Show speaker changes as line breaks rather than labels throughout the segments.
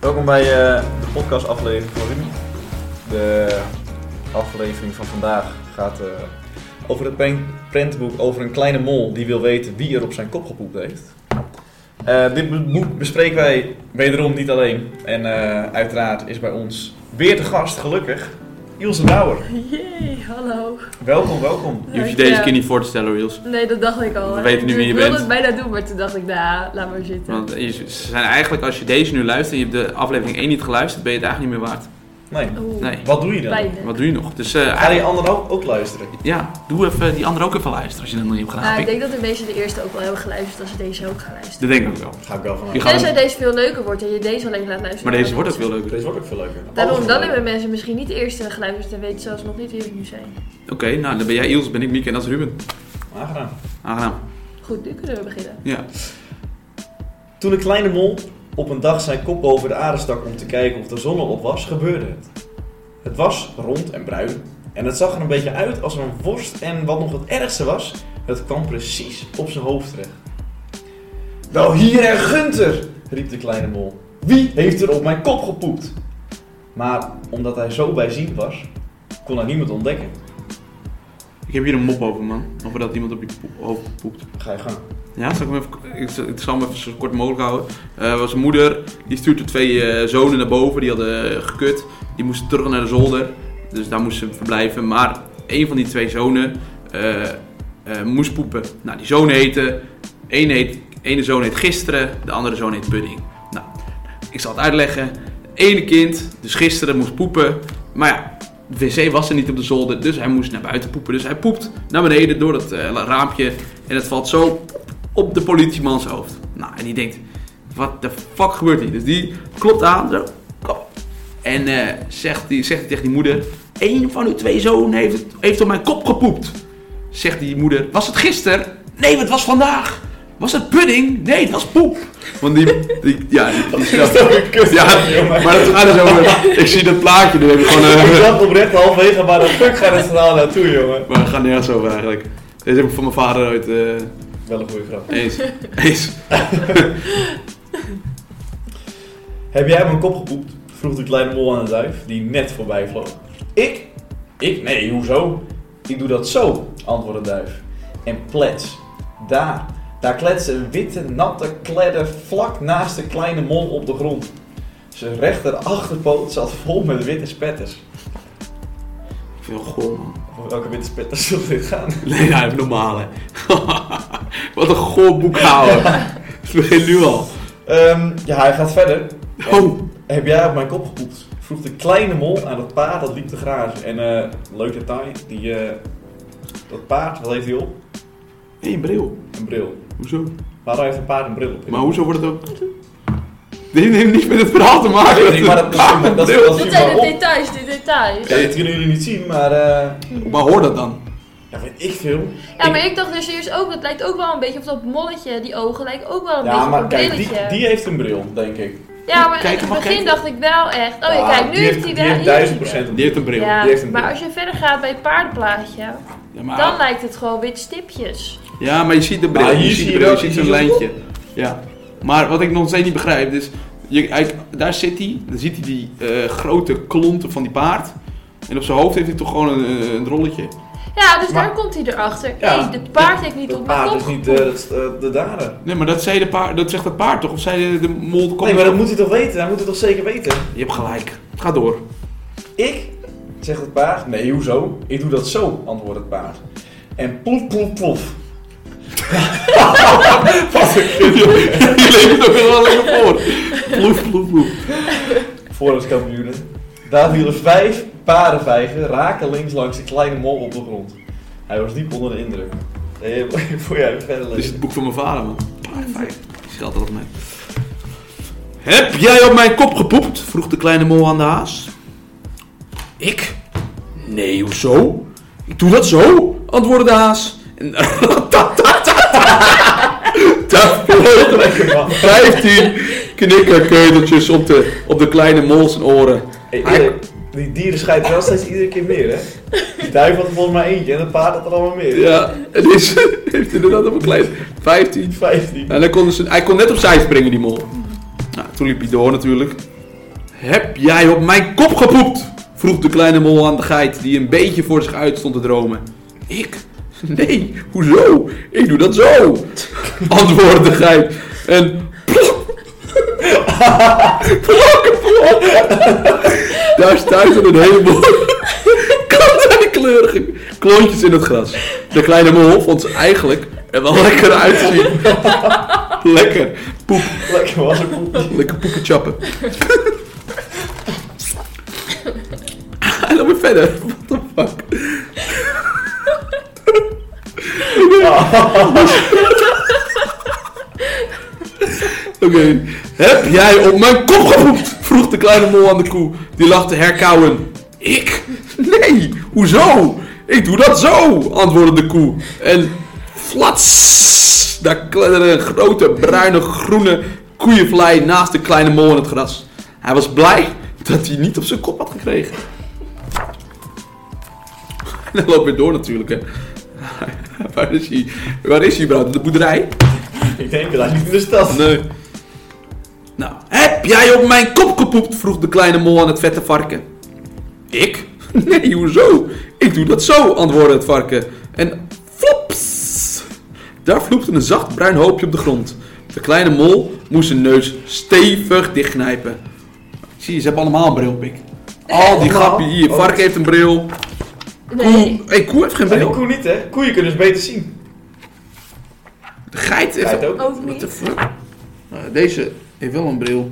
Welkom bij eh, de podcastaflevering van Rumi. De aflevering van vandaag gaat eh, over het pen- prentenboek over een kleine mol die wil weten wie er op zijn kop gepoept heeft. Eh, dit be- boek bespreken wij wederom niet alleen. En eh, uiteraard is bij ons weer te gast, gelukkig, Ilse Brouwer.
Jee, hallo.
Welkom, welkom.
Ja,
Je hoeft je
ik,
deze
eh,
keer niet voor te stellen, Reels.
Nee, dat dacht ik al.
We weten nu wie je
Ik wilde
bent.
het bijna doen, maar toen dacht ik, nou, laat maar zitten.
Want je- ze zijn eigenlijk, als je deze nu luistert en je hebt de aflevering 1 niet geluisterd, ben je het eigenlijk niet meer waard.
Nee,
Oeh,
Nee.
wat doe je dan?
pijnlijk.
Wat doe je nog? Dus eh,
Ga
eigenlijk,
die anderen ook, ook luisteren?
ja, doe even die andere ook even luisteren als je dat nog niet hebt gedaan.
Maar Nou, ik
heb ik.
denk dat de meeste de eerste ook wel hebben geluisterd als ze deze ook gaan luisteren.
Dat denk ik ook wel.
Ga ik wel vanuit.
Die gaan-
Tenzij deze veel leuker wordt en je deze alleen laat luisteren.
Maar deze wordt ook wel leuker.
Deze wordt ook veel leuker.
Daarom,
Alles
dan
leuk.
hebben mensen misschien niet de eerste geluisterd en weten zelfs nog niet wie we nu zijn.
Oké, nou dan ben jij Iels, ben ik Mieke en dat is Ruben.
Aangenaam.
Aangenaam.
Goed, nu kunnen we beginnen.
Ja.
Toen een kleine mol op een dag zijn kop boven de aarde stak om te kijken of de zon al op was, gebeurde het. Het was rond en bruin en het zag er een beetje uit als een worst en wat nog het ergste was, het kwam precies op zijn hoofd terecht. Wel hier en Gunter, riep de kleine mol. Wie heeft er op mijn kop gepoept? Maar omdat hij zo bijziend was, kon hij niemand ontdekken.
Ik heb hier een mop over, man. Over dat iemand op je poep- hoofd poept.
Ga je gang.
Ja, zal ik, hem even, ik, zal- ik zal hem even zo kort mogelijk houden. Eh was een moeder, die stuurde twee eh, zonen naar boven, die hadden eh, gekut. Die moesten terug naar de zolder, dus daar moesten ze verblijven. Maar een van die twee zonen eh, eh, moest poepen. Nou, die zoon heette, één heet, ene zoon heet gisteren, de andere zoon heet pudding. Nou, ik zal het uitleggen. Ene kind, dus gisteren, moest poepen. Maar ja, de wc was er niet op de zolder, dus hij moest naar buiten poepen. Dus hij poept naar beneden door dat eh, raampje en het valt zo op de politiemans hoofd. Nou, en die denkt, wat de fuck gebeurt hier? Dus die klopt aan, zo, kom. En eh, zegt, die, zegt tegen die moeder, één van uw twee zonen heeft, het- heeft op mijn kop gepoept. Zegt die moeder, was het gisteren? Nee, het was vandaag. Was het pudding? Nee, het was poep. Want die, die ja, die, die ja, maar dat gaat dus over, ik zie dat plaatje, nu heb ik gewoon... eh,
Ik zat oprecht halverwege, maar de fuck gaat het verhaal naartoe, jongen?
maar we gaan nergens over eigenlijk. Deze heb ik van mijn vader ooit eh,
Wel een goede grap.
eens. eens.
Heb jij op mijn kop gepoept? vroeg de kleine mol aan de duif, die net voorbij vloog. Ik? Ik? Nee, hoezo? Ik doe dat zo, antwoordde de duif. En plets, daar, daar kletste een witte, natte kledder vlak naast de kleine mol op de grond. Zijn rechter achterpoot zat vol met witte spetters.
Veel goor man.
Over welke witte spetters zullen dit gaan?
Nee, nou, even normaal hè. Wat een goor boekhouder. Het begint nu al.
Ehm, ja, hij gaat verder.
Oh,
Heb jij op mijn kop gepoept? Vroeg de kleine mol aan het paard dat liep te grazen. En eh, leuk detail, die, eh, dat paard, wat heeft hij op?
één bril.
Een bril.
Hoezo?
Waarom heeft een paard een bril op?
Maar hoezo wordt het ook... Dit heeft niks met het verhaal te maken.
Ik weet niet, maar dat-
Ah,
dat- dat-
bril.
Als
Dit
je
zijn
maar
de
op-
details, de details.
Eh,
Ja, dit kunnen jullie niet zien, maar... eh
Maar hoor dat dan.
ja, weet ik veel.
Ja, maar ik dacht dus eerst ook, dat lijkt ook wel een beetje op dat molletje, die ogen lijken ook wel een
Ja,
beetje op
maar
dus een
kijk,
brilletje.
die, die heeft een bril, denk ik.
Ja, maar
Kijk,
in het
mag ik
begin
kijken?
dacht ik wel echt. Oh ja,
Ah,
kijk, nu heeft hij wel.
Die heeft
hier
duizend
zitten.
procent een
Die heeft een bril.
Ja,
Die heeft een Ah.
maar
bril.
als je verder gaat bij het paardenplaatje,
Ja, maar,
dan lijkt het gewoon witte stipjes.
ja, maar je ziet de bril.
Maar hier
je
zie
ziet de
je
bril, je
wel-
ziet
hier
zo'n
zie je-
lijntje. Ja. Maar wat ik nog steeds niet begrijp, dus je, hij- daar zit hij, dan ziet hij die eh, grote klonten van die paard. En op zijn hoofd heeft hij toch gewoon een, eh, een rolletje.
Ja, dus
Maar-
daar komt hij erachter.
Ja.
nee, het paard heeft niet
dat
op mijn
paard
kop.
is niet eh,
gepoept.
dat is, eh, de dader.
Nee, maar dat, zei de paard, dat zegt dat paard toch? Of zei de, de mol...
Nee,
kom
maar
eens
dat
op.
moet hij toch weten? Hij moet het toch zeker weten?
Je hebt gelijk. Ga door.
Ik? Zegt het paard. Nee, hoezo? Ik doe dat zo, antwoordt het paard. En plof, plof, plof. Wat een kut.
Je leeft er wel lekker voor. Ploef, ploef, ploef.
Voorraadskampioenen. Daar vielen vijf paardenvijgen rakelings langs de kleine mol op de grond. Hij was diep onder de indruk. Eh, Voor jij verder
Dit is
lezen.
het boek van mijn vader, man. Ah, fijn. Die scheldt altijd op mij. Heb jij op mijn kop gepoept? vroeg de kleine mol aan de haas. Ik? Nee, hoezo? Ik doe dat zo, antwoordde de haas. En dat vloog er
Lekker man.
15 knikkerkeuteltjes op de, op de kleine mol zijn oren.
Hey, Erik, die dieren scheiden wel steeds iedere keer meer, hè? Die duif had er volgens mij eentje en het paard had er allemaal meer.
Ja, het is, heeft inderdaad op een klein 15
Vijftien.
En hij kon, dus, hij kon net opzij springen, die mol. Nou, toen liep hij door natuurlijk. Heb jij op mijn kop gepoept? Vroeg de kleine mol aan de geit, die een beetje voor zich uit stond te dromen. Ik? Nee, hoezo? Ik doe dat zo, antwoordde de geit. En daar stuitte een heleboel kleurige klontjes in het gras. De kleine mol vond ze eigenlijk er wel lekker uitzien. lekker. Poep.
Lekker was een poepje.
Lekker poepen chappen. En dan weer verder. What the fuck? Oké. Heb jij op mijn kop gepoept? Vroeg de kleine mol aan de koe. Die lag te herkauwen. Ik? Nee, hoezo? Ik doe dat zo, antwoordde de koe. En flats! Daar kletterde een grote, bruine, groene koeienvlei naast de kleine mol in het gras. Hij was blij dat hij niet op zijn kop had gekregen. En hij loopt weer door natuurlijk, hè. Waar is hij? Waar is hij, bro? De boerderij?
Ik denk dat hij niet in de stad.
Nee. Nou, heb jij op mijn kop gepoept? vroeg de kleine mol aan het vette varken. Ik? Nee, hoezo? Ik doe dat zo, antwoordde het varken. En flops! Daar vloepte een zacht bruin hoopje op de grond. De kleine mol moest zijn neus stevig dichtknijpen. Zie je, ze hebben allemaal een bril, pik. Al die
Allemaal?
grappie hier.
Oh.
Varken heeft een bril.
eh,
Nee.
Koe- hey, koe heeft geen
Maar die
bril.
koe niet, hè? Koeien kunnen dus beter zien.
De geit heeft...
Geit ook.
Ook
What
niet.
the fuck? Nou, deze heeft wel een bril.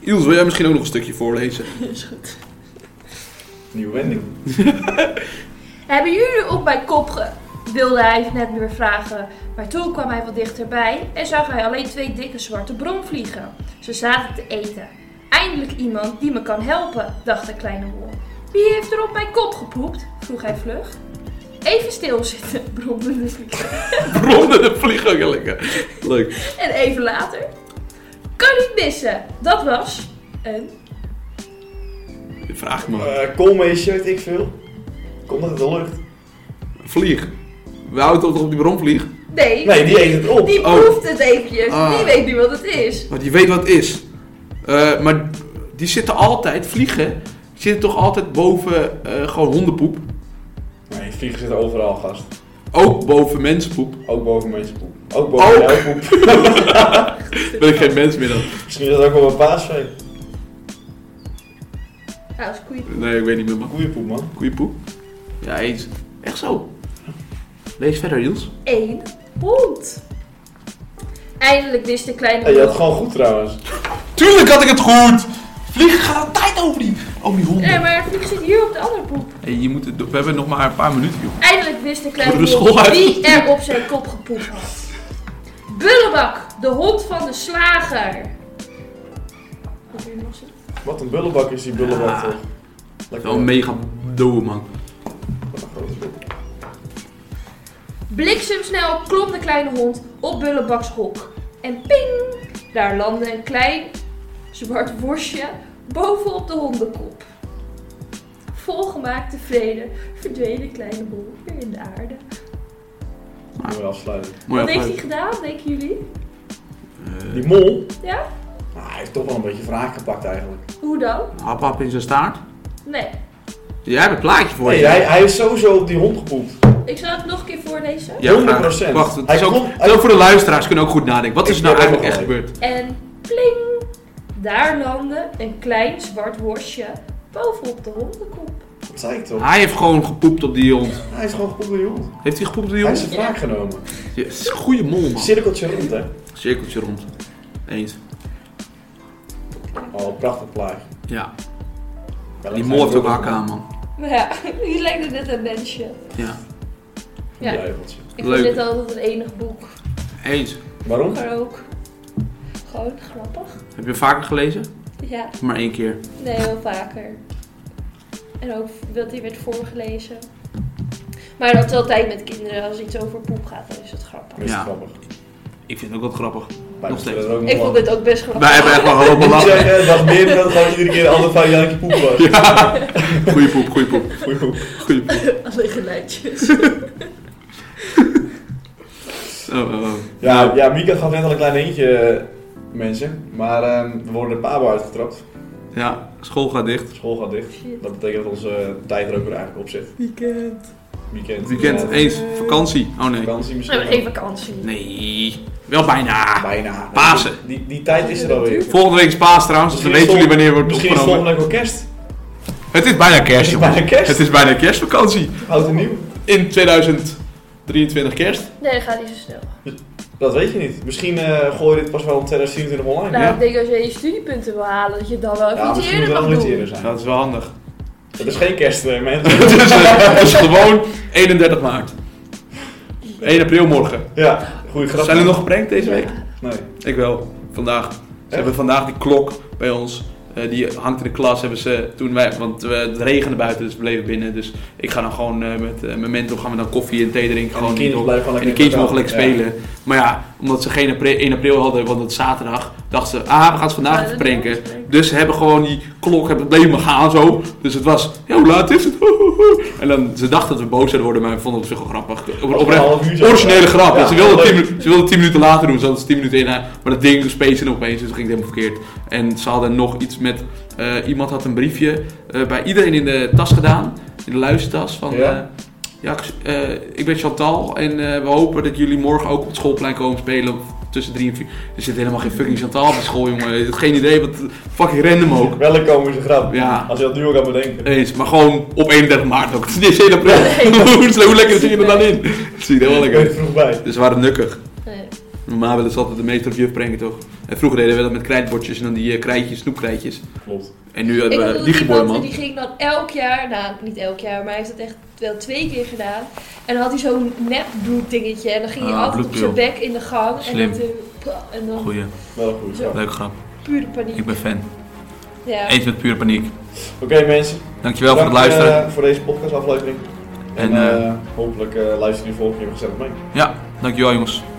Iels, wil jij misschien ook nog een stukje voorlezen?
Is goed.
Nieuwe wending.
Hebben jullie op mijn kop ge... wilde hij net weer vragen. Maar toen kwam hij wat dichterbij en zag hij alleen twee dikke zwarte brom vliegen. Ze zaten te eten. Eindelijk iemand die me kan helpen, dacht de kleine mol. Wie heeft er op mijn kop gepoept? vroeg hij vlug. Even stilzitten, bromde de vlieger.
Bronnen de vliegen, lekker. Leuk.
En even later... Kan niet missen! Dat was... een...
Vraag me.
Eh koolmeesje, weet ik veel. Komt uit de lucht.
Vlieg. We houden toch op die bronvlieg?
Nee,
Nee, die eet het op.
die
Oh.
proeft het eventjes.
Ah.
Die weet nu wat het is.
Maar die weet wat het is. Eh, maar die zitten altijd, vliegen, zitten toch altijd boven eh, gewoon hondenpoep.
Nee, vliegen zitten overal, gast.
Ook boven mensenpoep.
Ook boven mensenpoep. Ook boven
Ook.
jouw poep.
Ben ik geen mens meer dan?
Misschien is dat ook wel een paasvee.
Nou, als koeien...
Nee, ik weet niet meer, man.
Koeienpoep, man.
Koeienpoep? Ja, eens. Echt zo. Lees verder, Iels.
één hond. Eindelijk wist de kleine
Hey, je had
hond.
het gewoon goed, trouwens.
Tuurlijk had ik het goed! Vliegen gaat altijd over die, over die honden.
Nee, Eh, maar ik zit hier op de andere poep.
Hey, je moet het, we hebben nog maar een paar minuten, joh.
Eindelijk wist de kleine
Voor de
hond
school
wie er op zijn kop gepoept had. Bullebak, de hond van de slager. Wat wil je nog zeggen?
Wat een bullebak is die bullebak,
Ja.
toch? Lekker.
Wel een mega doe man.
Wat een grote bullebak.
Bliksemsnel klom de kleine hond op Bullebaks hok. En ping! Daar landde een klein zwart worstje bovenop de hondenkop. Volgemaakt tevreden verdween de kleine hond weer in de aarde.
Moeten we eh, afsluiten.
Mooi
Wat heeft hij
afgeluid.
gedaan, denken jullie?
Die mol,
Ja?
nou, hij heeft toch wel een beetje wraak gepakt, eigenlijk.
Hoe dan?
Hap hap in zijn staart.
Nee.
Jij hebt een plaatje voor
Nee,
je.
hij, hij is sowieso op die hond gepoept.
Ik zal het nog een keer voorlezen.
Ja, graag.
100%.
Wacht, het
Hij
is ook,
kon-
het is ook voor de luisteraars kunnen ook goed nadenken. Wat is er
Ik
nou
heb
eigenlijk echt
helemaal
gebeurd?
En pling! Daar landde een klein zwart worstje bovenop de hondenkop.
Dat zei ik toch?
Hij heeft gewoon gepoept op die hond.
Hij is gewoon gepoept door die hond.
Heeft hij gepoept op die
Hij is
hond?
zijn wraak genomen.
Ja, het is een goede mol, man.
Cirkeltje rond, hè?
Cirkeltje rond. Eens.
Oh, prachtig plaatje.
Ja.
Ja,
Die
dat
mol
zijn
heeft ook
wel-
hakken aan, man.
Nou ja, die lijkt net een mensje.
Ja.
Ja.
Ja, jeugeltje.
Ik
Leuk.
vind dit altijd het enig boek.
Eens.
Waarom?
Maar ook gewoon grappig.
Heb je vaker gelezen?
Ja,
Of Maar één keer.
nee, wel vaker. En ook dat hij werd voorgelezen. Maar dat is altijd met kinderen. Als iets over poep gaat, dan is het grappig.
Dat is
Ja.
grappig.
Ik vind het ook wat grappig.
Wij
Nog
moeten
steeds.
dat ook nog
Ik vond dit ook best
Wij
grappig.
hebben echt wel gelopen
Ik
lachen.
zeg, eh, dacht meer dat het gewoon iedere keer een ander variantje poep was.
Ja. Goeie poep, goeie poep.
Goeie poep.
Goeie poep.
Alle geluidjes.
Oh, oh, oh.
eh, Ja, ja, Mika gaf net al een klein eentje, eh, mensen. Maar ehm, we worden de pabo uitgetrapt.
Ja, school gaat dicht.
School gaat dicht.
Shit.
Dat betekent dat onze tijd er ook weer eigenlijk op zit.
Weekend.
Weekend.
Weekend
eh,
eens, vakantie. Oh nee.
Vakantie
We
misschien.
hebben geen vakantie.
Nee, wel bijna.
Bijna.
Pasen.
Die, die, die tijd is er alweer.
Volgende week is paas trouwens, dus dan weten jullie wanneer wordt
Misschien is
opgenomen.
volgende week wel kerst.
Het is bijna
Het
kerst,
is
jongens.
bijna kerst.
Het is bijna kerstvakantie.
Oud en nieuw.
In 2023 kerst.
Nee, dat gaat niet zo snel.
Dat weet je niet. Misschien eh gooi je dit pas wel in 2024 online.
Nou,
Ja.
ik denk als je je studiepunten wil halen, dat je dan wel even
ja,
iets
misschien moet
eerder
het
mag
wel iets
doen.
eerder zijn.
Dat is wel handig.
Het is geen kerst, eh, mensen.
Het is, eh, het is gewoon 31 maart. 1 april morgen.
Ja, goede grap.
Zijn er nog geprankt deze week?
Nee.
Ik wel. Vandaag. Ze
Echt?
hebben vandaag die klok bij ons. eh, die hangt in de klas. Hebben ze toen wij, want eh, het regende buiten, dus we bleven binnen. Dus ik ga dan gewoon eh, met eh, mijn mentor gaan we dan koffie en thee drinken.
En
gewoon
de kinderen blijven gewoon
En de
lekker
kinderen mogen
in
lekker
elkaar. Ja.
spelen. Maar ja, omdat ze geen apri- 1 april hadden, want het is zaterdag, dachten ze, ah, we gaan het vandaag
Ja,
even
dat
pranken.
doen we.
Dus ze hebben gewoon die klok, hebben het bleef maar gaan zo. Dus het was, ja, hoe laat is het? En dan, ze dachten dat we boos zouden worden, maar we vonden het zo grappig. Op, oprecht,
half uur zo.
originele grap.
Ja,
ze, wilden
leuk.
10, minu- ze wilden 10 minuten later doen, ze hadden 10 minuten in. eh, Maar dat ding space en opeens, dus dat ging het helemaal verkeerd. En ze hadden nog iets met, eh, iemand had een briefje eh, bij iedereen in de tas gedaan. In de luistertas van...
Ja.
eh, ja, ik, eh, ik ben Chantal en eh, we hopen dat jullie morgen ook op het schoolplein komen spelen tussen drie en vier. Er zit helemaal geen fucking Chantal op de school, jongen. Ik heb geen idee, wat fucking random ook.
Wel een komische grap.
Ja.
Als je dat nu ook aan bedenken.
Eens, maar gewoon op 31 maart ook. Het is niet eens 1 april. hoe, hoe lekker zie je er dan in? Het ziet er wel
Ik ben
lekker
er vroeg bij.
Dus we waren nukkig.
Nee.
Normaal willen ze altijd de meester of juf brengen, toch? En vroeger deden we dat met krijtbordjes en dan die eh, krijtjes, snoepkrijtjes.
Klopt.
En nu
Ik
hebben
had
we
toen
die geboren,
iemand en
man.
die ging dan elk jaar, nou niet elk jaar, maar hij heeft het echt wel twee keer gedaan. En dan had hij zo'n nep bloeddingetje en dan ging hij
Ah,
altijd op zijn
bloedpil.
bek in de gang.
Slim.
En dan, eh, en dan
Goeie,
Wel een goede grap.
leuke grap.
pure paniek.
ben fan.
Ja.
met pure paniek.
Oké mensen.
Dankjewel
Dank, eh, voor deze podcastaflevering. En,
En, eh,
eh, hopelijk eh luister je de volgende keer gezellig mee.
Ja, dankjewel jongens.